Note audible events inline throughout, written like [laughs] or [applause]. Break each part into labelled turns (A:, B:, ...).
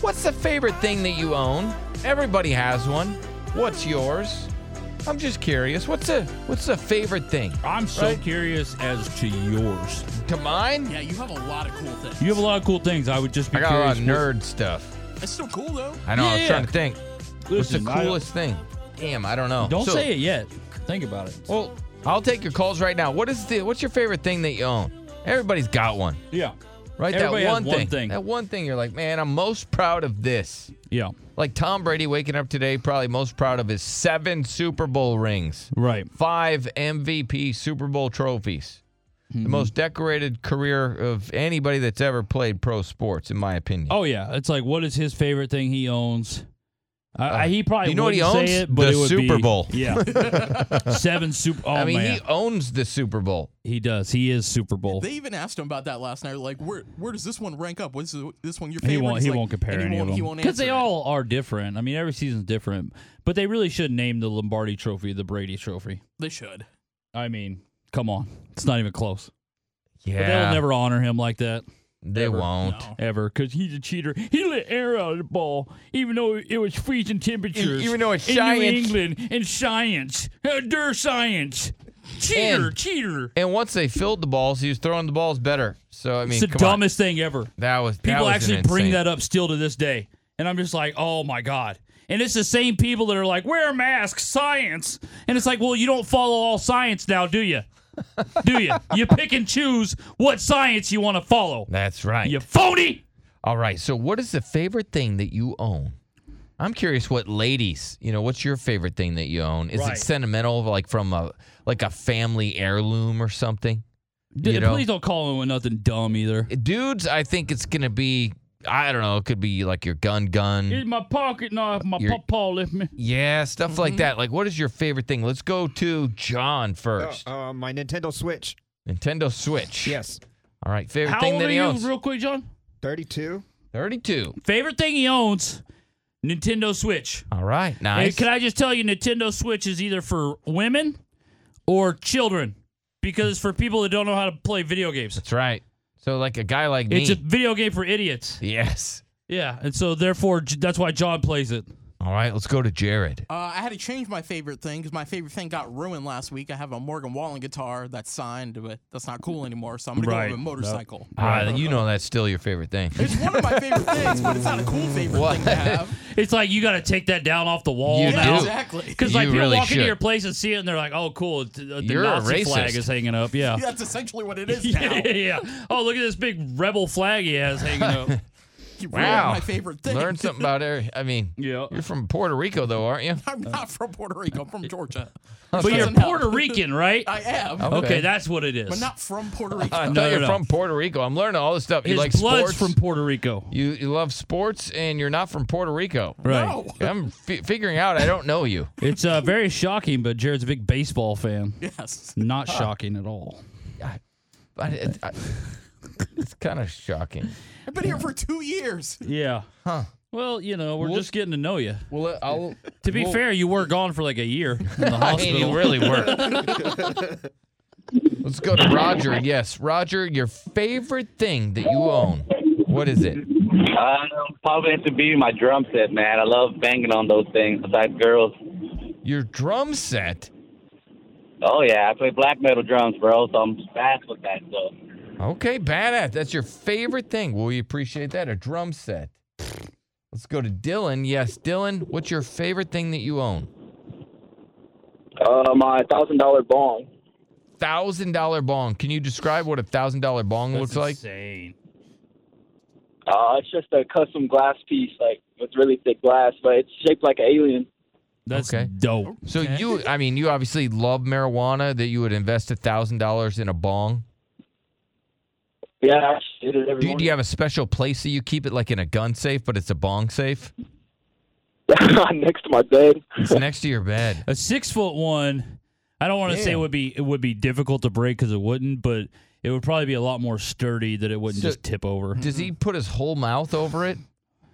A: What's the favorite thing that you own? Everybody has one. What's yours? I'm just curious. What's a what's the favorite thing?
B: I'm so
A: Right.
B: curious as to yours.
A: To mine?
C: Yeah, you have a lot of cool things.
B: You have a lot of cool things. I would just be
A: I got a lot
B: curious.
A: of nerd stuff.
C: It's still cool though.
A: I know. I was
B: Yeah.
A: trying to think.
B: what-
A: What's the
B: Listen, I-
A: coolest thing? Damn, I don't know.
B: Don't
A: So-
B: say it yet. Think about it.
A: Well, I'll take your calls right now. What is the what's your favorite thing that you own? Everybody's got one,
B: yeah.
A: right?
B: Everybody
A: that
B: has
A: one
B: one
A: thing.
B: thing.
A: That one thing you're like, man, I'm most proud of this.
B: Yeah.
A: Like Tom Brady waking up today, probably most proud of his seven Super Bowl rings,
B: Right.
A: five MVP Super Bowl trophies. The most decorated career of anybody that's ever played pro sports, in my opinion.
B: Oh yeah. It's like what is his favorite thing he owns? I, I, he probably
A: you know what he
B: wouldn't
A: owns?
B: Say it, but
A: The
B: it would
A: Super
B: be-
A: Bowl.
B: [laughs]
A: [laughs]
B: Yeah. Seven Super. Oh
A: I mean,
B: man,
A: he owns the Super Bowl.
B: he, does. He is Super Bowl.
C: They even asked him about that last night. Like, where where does this one rank up? What's the- this one your
B: he
C: favorite?
B: won't.
C: He's
B: He
C: like-
B: won't compare
C: and he
B: any
C: won't,
B: of
C: He
B: them
C: won't
B: because they
C: answer it.
B: all are different. I mean, every season's different, but they really should name the Lombardi Trophy the Brady Trophy.
C: They should.
B: I mean, come on, it's not even close. But
A: Yeah,
B: they'll never honor him like that
A: they won't.
C: No.
B: ever because he's a cheater. He let air out of the ball, even though it was freezing temperatures.
A: E- even though it's
B: in
A: science.
B: New England and science, Uh, der science, cheater,
A: And-
B: cheater.
A: And once they filled the balls, he was throwing the balls better. So I mean,
B: it's the
A: come on.
B: dumbest thing ever.
A: That was that
B: People
A: was an
B: actually bring
A: insane-
B: that up still to this day. And I'm just like, oh my God. And it's the same people that are like, wear masks, science. And it's like, well, you don't follow all science now, do you?
A: [laughs]
B: Do you? you pick and choose what science you want to follow.
A: That's right.
B: You phony.
A: All right. So, what is the favorite thing that you own? I'm curious, what ladies, you know, what's your favorite thing that you own? Is it
B: Right.
A: sentimental, like from a like a family heirloom or something?
B: D-
A: You know?
B: Please don't call him with nothing dumb either.
A: Dudes, I think it's gonna be, I don't know, it could be like your gun, gun,
B: Here's my pocket knife. My
A: You're-
B: papa left me.
A: yeah, stuff
B: Mm-hmm.
A: like that. Like, what is your favorite thing? Let's go to John first.
D: Uh, uh, my Nintendo Switch.
A: Nintendo Switch.
D: Yes.
A: All right. Favorite
B: uh. How
A: thing
B: old
A: that
B: are
A: he
B: you,
A: owns.
B: real quick, John?
D: 32.
A: Thirty-two.
B: Favorite thing he owns Nintendo Switch.
A: All right.
B: And
A: Nice.
B: can I just tell you, Nintendo Switch is either for women or children because it's for people that don't know how to play video games.
A: That's right. So, like a guy like
B: It's a
A: me.
B: video game for idiots.
A: yes.
B: Yeah, and so therefore J- that's why John plays it.
A: All right. Let's go to Jared.
C: Uh, I had to change my favorite thing because my favorite thing got ruined last week. I have a Morgan Wallen guitar that's signed, but that's not cool anymore. So I'm gonna
B: Right.
C: go with a
B: No.
C: motorcycle.
A: Ah, you know that's still your favorite thing.
C: It's one of
B: [laughs]
C: my favorite things, but it's not a cool favorite
A: What?
C: thing to have.
B: It's like you got to take that down off the wall
A: You
B: now.
A: do.
C: Exactly.
B: Because like
A: You
B: people
A: really
B: walk into
A: should.
B: your place and see it and they're like, "Oh, cool, th- the
A: You're a
B: Nazi flag
A: racist.
B: is hanging up." Yeah. [laughs]
C: That's essentially what it is now.
B: yeah, Oh, look at this big rebel flag he has
A: [laughs]
B: hanging up.
C: You ruined
A: Wow.
C: my favorite thing.
A: Learn something about her. I mean,
B: Yeah.
A: you're from Puerto Rico, though, aren't you?
C: [laughs] I'm not from Puerto Rico. I'm from Georgia.
B: [laughs] but you're
C: Doesn't help.
B: Puerto Rican, right?
C: [laughs] I am,
A: Okay.
B: okay. that's what it is.
C: but not from Puerto
A: I
C: Rico.
A: thought
B: [laughs] No, no,
A: you're
B: no.
A: from Puerto Rico. I'm learning all this stuff.
B: His
A: you like
B: blood's
A: sports?
B: from Puerto Rico.
A: you, you love sports, and you're not from Puerto Rico.
B: Right.
C: No.
A: I'm f- figuring out I don't know you.
B: It's uh, very shocking, but Jared's a big baseball fan.
C: Yes.
B: Not shocking at all.
A: But it, I, it's kind of shocking.
C: I've been here for two years.
B: Yeah. Huh. Well, you know, we're just getting to know you.
A: Well, I'll,
B: To be fair, you were gone for like a year in [laughs] the
A: I mean,
B: hospital.
A: you really were. Let's go to Roger. Yes, Roger, your favorite thing that you own. What is it?
E: Um, probably have to be my drum set, man. I love banging on those things besides girls.
A: Your drum set.
E: Oh yeah, I play black metal drums, bro, so I'm fast with that stuff.
A: Okay, badass. That's your favorite thing. Will you appreciate that? A drum set. Let's go to Dylan. Yes, Dylan, what's your favorite thing that you own?
E: Uh, my thousand dollar bong.
A: Thousand dollar bong. Can you describe what a thousand dollar bong looks like?
B: insane.
E: Uh, it's just a custom glass piece, like with really thick glass, but it's shaped like an alien.
B: That's
A: Okay.
B: dope.
A: So you I mean, you obviously love marijuana that you would invest a thousand dollars in a bong.
E: Yeah, I actually did it every
A: Do you, do you
E: morning.
A: have a special place that you keep it, like in a gun safe, but it's a bong safe?
E: [laughs] next to my bed.
B: [laughs]
A: It's next to your bed.
B: A six foot one, I don't want to say it would be it would be difficult to break because it wouldn't, but it would probably be a lot more sturdy that it wouldn't
A: So-
B: just tip over.
A: Does he put his whole mouth over it?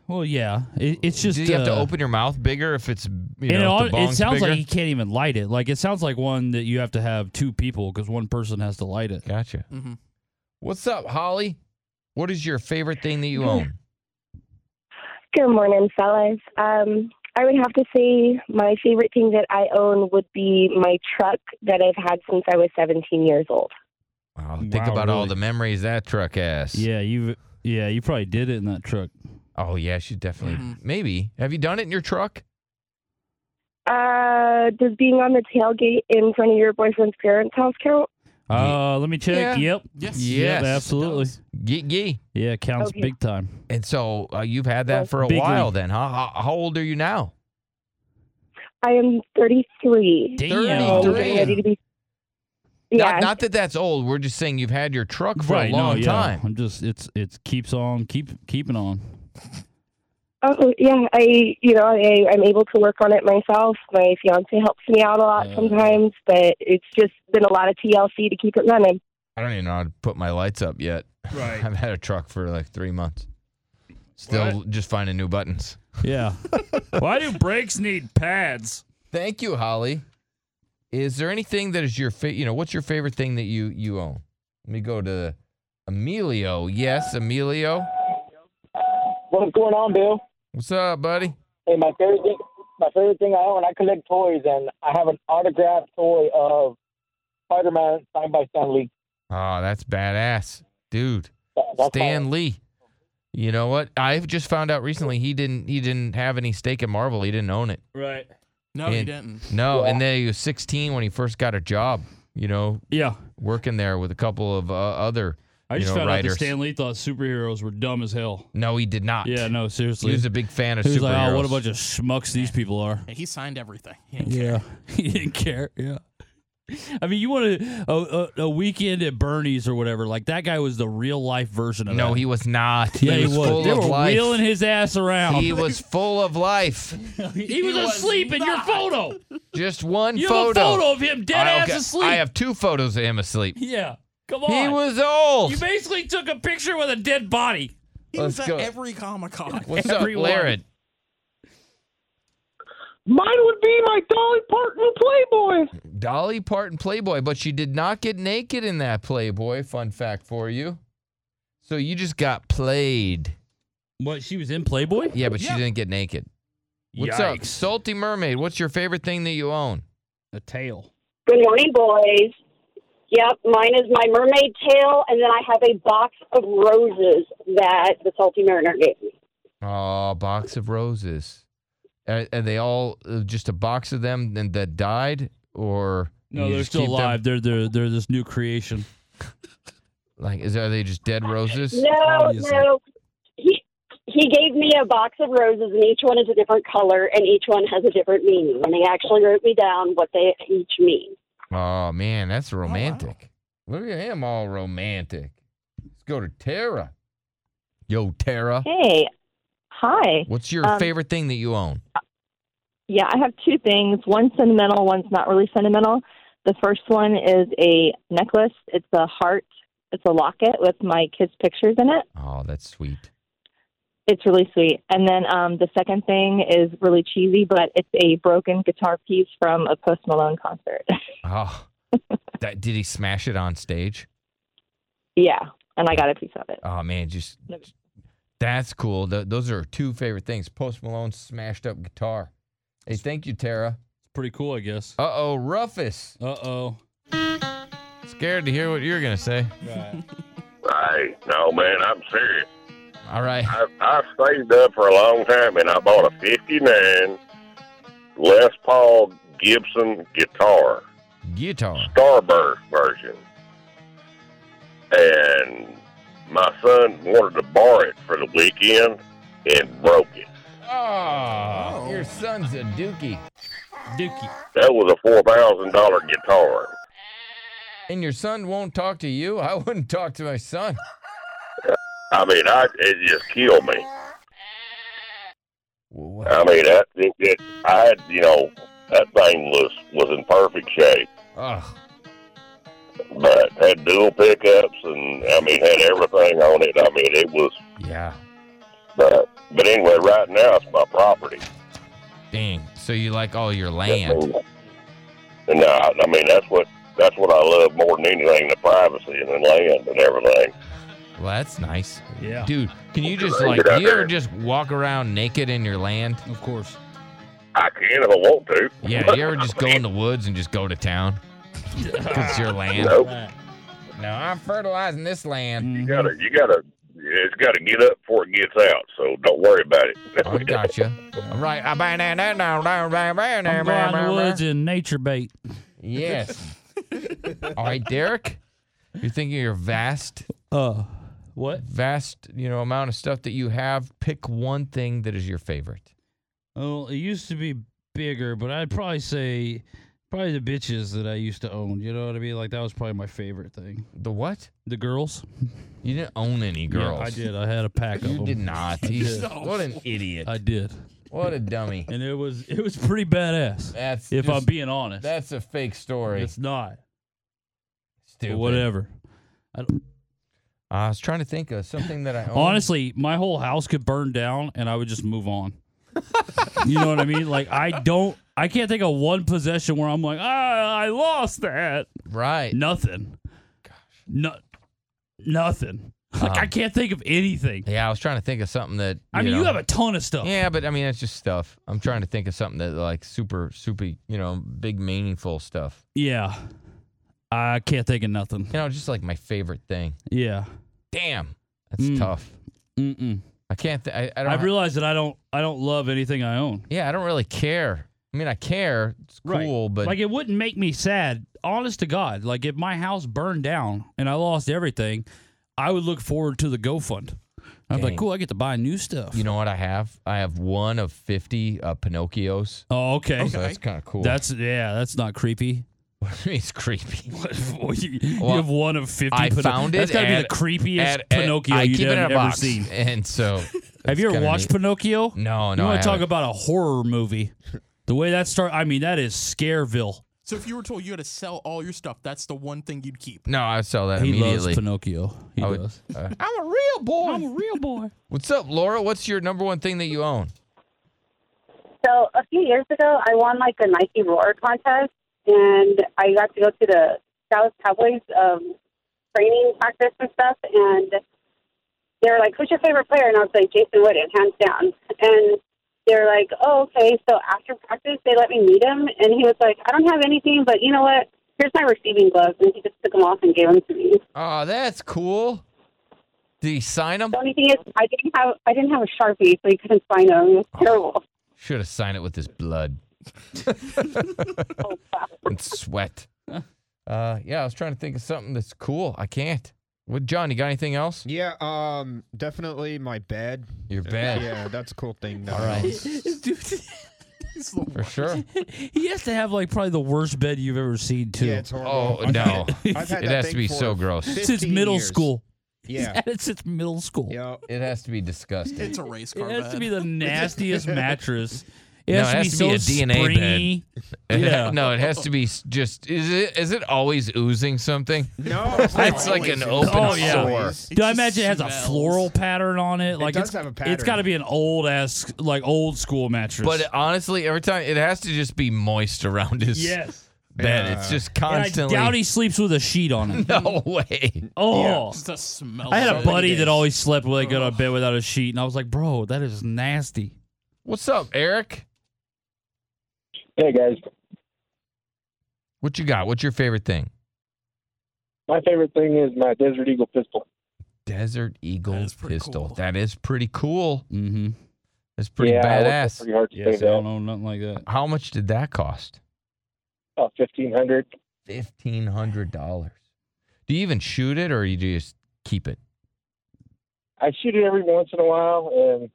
B: Well, yeah, it, it's just
A: Do you have to
B: uh,
A: open your mouth bigger if it's you know
B: and it,
A: if
B: all,
A: the
B: it
A: bong's
B: sounds
A: bigger?
B: like he can't even light it. Like it sounds like one that you have to have two people because one person has to light it.
A: Gotcha.
B: Mm-hmm.
C: Mhm.
A: What's up, Holly? What is your favorite thing that you own?
F: Good morning, fellas. Um, I would have to say my favorite thing that I own would be my truck that I've had since I was 17 years old.
A: Wow, think
B: Wow,
A: about all
B: really?
A: the memories that truck has.
B: Yeah, you yeah you probably did it in that truck.
A: Oh yeah, she definitely
C: Mhm.
B: Mm-hmm.
A: maybe. Have you done it in your truck?
F: Uh, does being on the tailgate in front of your boyfriend's parents' house count?
B: Uh, let me check.
A: Yeah.
B: Yep.
C: Yes.
A: Yes.
B: Yep. Absolutely.
A: Gee, gee.
B: Yeah, counts
F: Okay.
B: big time.
A: And so uh, you've had that for a
B: Big
A: while
B: league.
A: then, huh? How, how old are you now?
F: I am 33.
B: Damn.
F: and I'm
A: 33.
F: ready to be.
A: Not,
F: Yeah,
A: not that that's old. We're just saying you've had your truck for
B: right,
A: a long
B: no, yeah.
A: time.
B: I'm just it's it's keeps on keep
A: [laughs]
B: keeping on.
F: oh yeah. I you know I I'm able to work on it myself. My fiance helps me out a lot
B: Uh.
F: sometimes, but it's just been a lot of TLC to keep it running.
A: I don't even know how to put my lights up yet. Right. I've had a truck for like three months. Still just finding new buttons.
B: Yeah. [laughs] Why do brakes need pads?
A: Thank you, Holly. Is there anything that is your fa- you know, what's your favorite thing that you you own? Let me go to Emilio. Yes, Emilio.
E: What's going on, Bill?
A: What's up, buddy?
E: Hey, my favorite thing, my favorite thing I own, I collect toys, and I have an autographed toy of Spider-Man signed by Stan Lee.
A: Oh, that's badass. Dude,
E: That- that's
A: Stan
E: my-
A: Lee. You know what? I've just found out recently he didn't he didn't have any stake in Marvel. He didn't own it.
B: Right.
C: No,
A: And-
C: you didn't.
A: No, and then he was 16 when he first got a job, you know,
B: Yeah.
A: working there with a couple of uh, other
B: I
A: you
B: just
A: know,
B: found
A: writers.
B: out that Stan Lee thought superheroes were dumb as hell.
A: No, he did not.
B: Yeah, no, seriously.
A: He was a big fan of
B: He was
A: superheroes.
B: like, oh, what a bunch of schmucks these people are.
C: Yeah, he signed everything. He didn't care.
B: Yeah. [laughs] he didn't care. Yeah. I mean, you want a, a, a weekend at Bernie's or whatever. Like, that guy was the real life version of
A: No,
B: that.
A: he was not.
B: yeah, he was.
A: full
B: they
A: of
B: were
A: life.
B: wheeling his ass around.
A: he was full of life.
B: He was asleep in your photo.
A: Just one
B: You have a
A: photo.
B: photo of him dead
A: I-
B: ass
A: okay,
B: asleep.
A: I have two photos of him asleep.
B: Yeah. Come on.
A: He was old.
B: You basically took a picture with a dead body.
C: He
A: Let's
C: was at
A: go.
C: every Comic Con.
A: What's
B: everyone.
A: up, Lared?
E: Mine would be my Dolly Parton Playboy.
A: Dolly Parton Playboy, but she did not get naked in that Playboy. Fun fact for you. So you just got played.
B: What? She was in Playboy?
A: Yeah, but she didn't get naked. What's up?
B: Yikes.
A: Salty Mermaid, what's your favorite thing that you own?
B: A tail.
G: Good morning, boys. Yep, mine is my mermaid tail, and then I have a box of roses that the Salty Mariner gave me.
A: Oh, box of roses. Are, are they all uh, just a box of them and that died, or
B: No,
A: you
B: they're
A: just
B: still
A: keep them?
B: alive. They're they're they're this new creation.
A: Like, is are they just dead roses?
G: No,
B: Obviously.
G: no. He he gave me a box of roses, and each one is a different color, and each one has a different meaning. And he actually wrote me down what they each mean.
A: Oh man, that's romantic. Look at him, all romantic. Let's go to Tara. Yo, Tara,
H: Hey. Hi.
A: what's your
H: Um,
A: favorite thing that you own?
H: Yeah, I have two things. One's sentimental, one's not really sentimental. The first one is a necklace. It's a heart. It's a locket with my kids' pictures in it.
A: Oh, that's sweet.
H: It's really sweet. And then um, the second thing is really cheesy, but it's a broken guitar piece from a Post Malone concert.
A: Oh, that, did he smash it on stage?
H: yeah, and I got a piece of it.
A: Oh man, just
H: Nope.
A: that's cool. Th- those are two favorite things: Post Malone smashed up guitar. Hey, thank you, Tara.
B: It's pretty cool, I guess.
A: Uh oh, Rufus.
B: Uh oh.
A: Scared to hear what you're gonna say.
I: Hey, no, man, I'm serious.
A: All right.
I: I, I've saved up for a long time, and I bought a 59 Les Paul Gibson guitar,
A: Guitar.
I: Starburst version. And my son wanted to borrow it for the weekend and broke it.
A: Oh, your son's a dookie.
B: Dookie.
I: That was a $4,000 guitar.
A: And your son won't talk to you? I wouldn't talk to my son.
E: I mean, I it just killed me. I mean, that it, it, I had you know that thing was was in perfect shape,
A: Ugh.
E: but had dual pickups and I mean had everything on it. I mean, it was
A: Yeah.
E: but but anyway, right now it's my property.
A: Dang. So you like all your land?
E: And I, I mean, that's what that's what I love more than anything: the privacy and the land and everything.
A: Well, that's nice.
E: Yeah.
A: Dude, can you just
E: Get
A: like,
E: out
A: do you ever
E: there.
A: just walk around naked in your land? Of course.
E: I can if I want to.
A: Yeah. Do you ever just
E: [laughs]
A: go in the woods and just go to town? it's your land.
E: Nope.
A: No, I'm fertilizing this land.
E: You gotta, you gotta, it's gotta get up before it gets out. So don't worry about it.
A: Oh, I gotcha. All right. I bang, bang, bang, bang, bang, bang, bang,
J: I'm
A: bang,
J: going in the
A: bang, bang.
J: woods and nature bait.
A: Yes. [laughs] All right, Derek. You're thinking your vast,
J: uh, what
A: vast, you know, amount of stuff that you have. Pick one thing that is your favorite.
B: Well, it used to be bigger, but I'd probably say probably the bitches that I used to own. You know what I mean? Like that was probably my favorite thing.
A: The what?
B: The girls.
A: You didn't own any
B: Yeah, I
A: girls.
B: did. I had a pack of
A: You
B: them.
A: did not.
B: I
A: He's-
B: did.
A: [laughs] What an idiot.
B: I did.
A: What a
B: [laughs]
A: dummy.
B: And it was it was pretty badass.
A: That's
B: if I'm
A: just-
B: being honest.
A: That's a fake story.
B: It's not.
A: Stupid.
B: But whatever. I don't,
A: I was trying to think of something that I own.
B: Honestly, my whole house could burn down and I would just
A: [laughs]
B: move on. you know what I mean? Like I don't I can't think of one possession where I'm like, ah, I lost that.
A: Right.
B: Nothing. Gosh. No nothing. Like I
A: Um,
B: can't think of anything.
A: Yeah, I was trying to think of something that.
B: I mean,
A: know-
B: you have a ton of stuff.
A: Yeah, but I mean, that's just stuff. I'm trying to think of something that like super, super, you know, big, meaningful stuff.
B: Yeah. I can't think of nothing.
A: You know, just like my favorite thing.
B: Yeah.
A: Damn, that's
B: Mm.
A: tough.
B: Mm-mm.
A: I can't. Th- I, I don't.
B: I
A: ha-
B: realize that I don't I don't love anything I own.
A: yeah, I don't really care. I mean, I care. It's
B: Right.
A: cool, but
B: like it wouldn't make me sad. Honest to God, like if my house burned down and I lost everything, I would look forward to the GoFund. I'm like,
A: Dang.
B: cool, I get to buy new stuff.
A: you know what I have? I have one of fifty uh, Pinocchios.
B: Oh, okay.
A: So that's kind of cool.
B: That's yeah, that's not creepy.
A: [laughs] it's creepy.
B: you,
A: Well,
B: you have one of fifty.
A: I
B: Pinoc-
A: found it.
B: That's gotta
A: at-
B: be the creepiest
A: at- at-
B: Pinocchio
A: I
B: you've
A: keep it in a
B: ever
A: box,
B: seen.
A: And so,
B: Have you ever watched Pinocchio?
A: No,
B: You
A: no, I
B: want to talk
A: haven't.
B: about a horror
A: [laughs]
B: movie? The way that start, I mean, that is Scareville.
C: So if you were told you had to sell all your stuff, that's the one thing you'd keep.
A: No, I sell that
B: He loves
A: immediately.
B: Pinocchio. He
A: I would-
D: [laughs]
B: does.
A: uh,
C: I'm a real boy. I'm a
B: real boy.
A: [laughs] what's up, Laura? What's your number one thing that you own?
G: So a few years ago, I won like a Nike Roar contest, and I got to go to the Dallas Cowboys um, training practice and stuff. And they were like, "Who's your favorite player?" And I was like, "Jason Witten, hands down." And they were like, "Oh, okay." So after practice, they let me meet him, and he was like, "I don't have anything, but you know what? Here's my receiving gloves." And he just took them off and gave them to me.
A: Oh, that's cool. Did he sign them?
G: The only thing is, I didn't have I didn't have a sharpie, so he couldn't sign them. It was terrible.
A: Should have signed it with his blood [laughs] and sweat. Uh, yeah, I was trying to think of something that's cool. I can't. What, John? You got anything else?
D: Yeah, um, definitely my bed.
A: Your bed.
D: Yeah, that's a cool thing. Though.
A: All right, for sure.
B: [laughs] He has to have like probably the worst bed you've ever seen too.
D: Yeah, it's
A: Oh
D: horrible.
A: no,
D: [laughs] I've
A: it
D: had that
A: has to
D: thing
A: be
D: for
A: so gross.
D: 15
B: Since middle
D: years.
B: school. [laughs]
D: Yeah.
B: it's since middle school.
D: Yeah.
A: It has to be disgusting.
C: It's a race
B: It
C: car.
B: has to
C: bed.
B: be
D: [laughs]
B: the nastiest mattress. It
A: No,
B: has to be so
A: a DNA
B: springy.
A: bed.
B: Yeah.
A: no, it has to be s- just. Is it? Is it always oozing something?
D: No,
A: It's
D: not
A: like an
D: always in-
A: open
B: Oh yeah.
A: sore.
B: Do I imagine it has a
C: smells.
B: floral pattern on it? Like
D: does
B: it's,
D: have a
B: It's
D: pattern.
B: got to be an old ass like old school mattress.
A: But uh, honestly, every time it has to just be moist around his
B: yes.
A: bed. It's just
B: And I
A: constantly.
B: doubt he sleeps with a sheet on
A: [laughs]
B: it.
A: no way.
B: Oh,
C: Just the smell.
B: I had
C: of
B: a
C: it.
B: buddy that always slept when they got out of bed without a sheet, and I was like, bro, that is nasty.
A: What's up, Eric?
K: Hey guys,
A: What you got? What's your favorite thing?
K: my favorite thing is my Desert Eagle pistol.
A: Desert Eagle
C: is pretty
A: pistol.
C: cool.
A: That is pretty cool.
B: Mm-hmm.
A: That's pretty
K: yeah, I worked
A: badass.
K: Pretty hard to
B: Yes, I
K: say that.
B: don't know nothing like that.
A: How much did that cost?
K: Oh, fifteen hundred.
A: Fifteen hundred dollars. Do you even shoot it, or you just keep it?
K: I shoot it every once in a while, and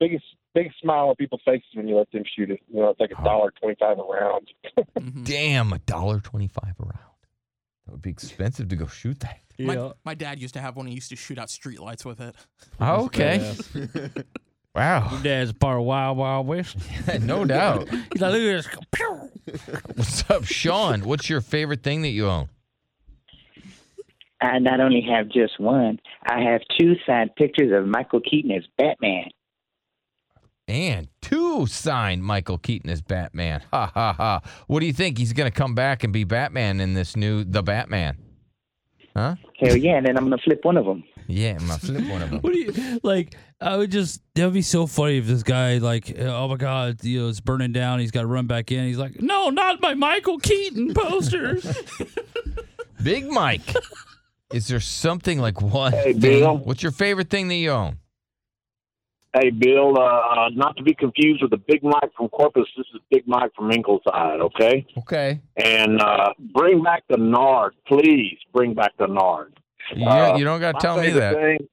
K: biggest big smile on people's faces when you let them shoot it.
C: Mm-hmm.
A: [laughs]
K: You know, it's like a dollar twenty five a round.
A: Damn, a dollar twenty-five a round. That would be expensive to go shoot that.
L: My, my dad used to have one. He used to shoot out streetlights with it.
A: Oh, okay. [laughs] Wow.
B: Your dad's part of Wild Wild West. [laughs]
A: no doubt.
B: He's like, look at this.
A: What's up, Sean? What's your favorite thing that you own?
M: I not only have just one, I have two signed pictures of Michael Keaton as Batman.
A: And two signed Michael Keaton as Batman. Ha ha ha. What do you think? He's going to come back and be Batman in this new The Batman. Huh?
M: Hell yeah, and then I'm going to flip one of them.
A: Yeah, I'm going to flip one of [laughs] them.
B: What do you like? I would just that would be so funny if this guy like, oh my god, you know, it's burning down. He's got to run back in. He's like, no, not my Michael Keaton posters.
A: Big Mike. Is there something like one?
G: Hey,
A: thing-
G: Bill.
A: What's your favorite thing that you own?
G: Hey, Bill, uh, uh, not to be confused with the Big Mike from Corpus. This is Big Mike from Ingleside, okay?
A: Okay.
G: And uh, bring back the Nard. Please bring back the Nard.
A: Yeah,
G: Uh,
A: you don't got
G: my
A: to tell me
G: favorite
A: that.
G: thing-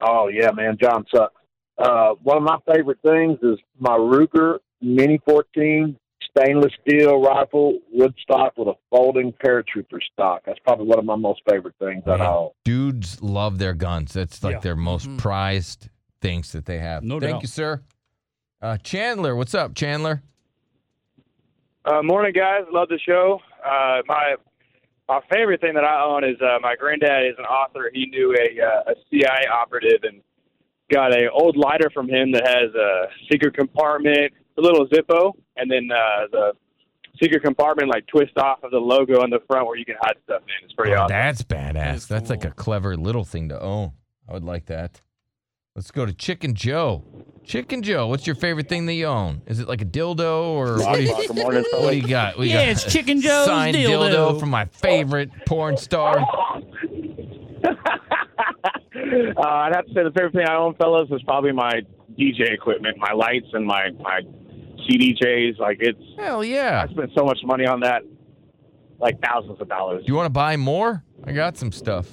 G: oh, yeah, man. John sucks. Uh, one of my favorite things is my Ruger Mini 14 stainless steel rifle, wood stock with a folding paratrooper stock. That's probably one of my most favorite things at all.
A: Dudes love their guns. That's like
G: Yeah.
A: their most prized things that they have.
G: No
A: Thank
G: doubt.
A: you, sir. Uh, Chandler, what's up, Chandler?
E: Uh, morning, guys. Love the show. Uh, my my favorite thing that I own is uh, my granddad is an author. He knew a uh, a CIA operative and got a old lighter from him that has a secret compartment, a little Zippo, and then uh, the secret compartment like twist off of the logo on the front where you can hide stuff in. It's pretty
A: Oh,
E: awesome.
A: That's badass. That's like a clever little thing to own. I would like that. Let's go to Chicken Joe. Chicken Joe, what's your favorite thing that you own? Is it like a dildo or what do you,
B: Good morning,
A: what do you got? We
B: Yeah,
A: got
B: it's
A: a
B: Chicken Joe's
A: signed dildo.
B: dildo.
A: from my favorite porn star.
E: [laughs] Uh, I'd have to say the favorite thing I own, fellas, is probably my DJ equipment, my lights and my my CDJs. Like it's
A: hell yeah.
E: I spent so much money on that, like thousands of dollars.
A: Do you want to buy more? I got some stuff.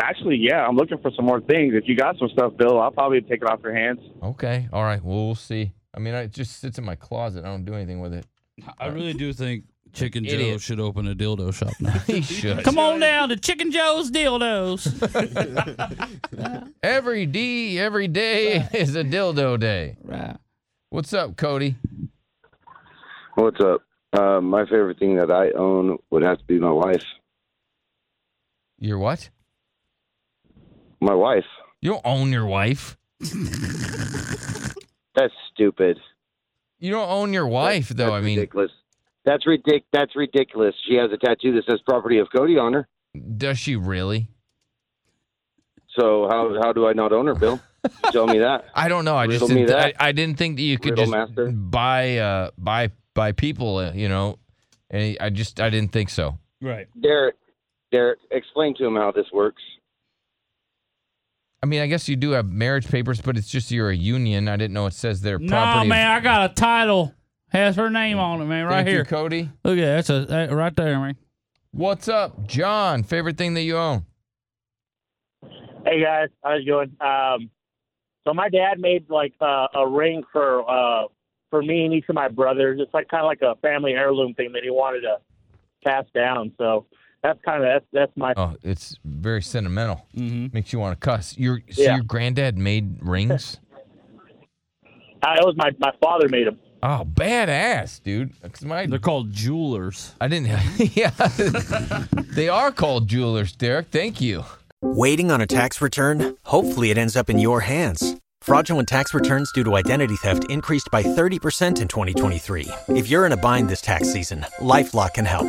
E: Actually, yeah, I'm looking for some more things. If you got some stuff, Bill, I'll probably take it off your hands.
A: Okay. All right. Well, we'll see. I mean, I- it just sits in my closet. I don't do anything [laughs] with it.
B: I really do think Chicken Joe
A: Idiot.
B: should open a dildo shop [laughs] now.
A: he should.
B: Come on down to Chicken Joe's dildos.
A: Every D, every day [laughs] is a dildo day. Right. What's up, Cody?
D: What's up? Uh, my favorite thing that I own would have to be my wife.
A: Your what?
D: My wife.
A: You don't own your wife.
D: That's stupid.
A: You don't own your wife, though. I mean,
D: Ridiculous. That's ridic. That's ridiculous. She has a tattoo that says "Property of Cody" on her.
A: does she really?
D: So how how do I not own her, Bill? Tell me that.
A: I don't know. I just
D: Riddle me
A: didn't, I,
D: that.
A: I didn't think that you could
D: Riddle
A: just buy uh buy buy people. Uh, you know, and I just I didn't think so.
B: Right.
D: Derek. Derek, explain to him how this works.
A: I mean, I guess you do have marriage papers, but it's just you're a union. I didn't know it says they're
B: nah,
A: property. of-
B: man, I got a title. Has her name on it, man, right
A: Thank you,
B: here.
A: Cody.
B: Look at that. That's a that, right there, man.
A: What's up, John? Favorite thing that you own?
N: Hey guys, how's it going? Um, so my dad made like uh, a ring for uh, for me and each of my brothers. It's like kind of like a family heirloom thing that he wanted to pass down. So that's kind of that's that's my
A: Oh, it's very sentimental.
B: Mm-hmm.
A: Makes you want to cuss. Your so
N: Yeah.
A: your granddad made
D: [laughs]
A: rings.
N: uh, it was my my father made him.
A: Oh, badass, dude. 'Cause my-
B: They're called jewelers.
A: I didn't. [laughs] yeah, they are called jewelers, Derek. Thank you.
C: Waiting on a tax return? Hopefully, it ends up in your hands. Fraudulent tax returns due to identity theft increased by 30% in 2023. If you're in a bind this tax season, LifeLock can help.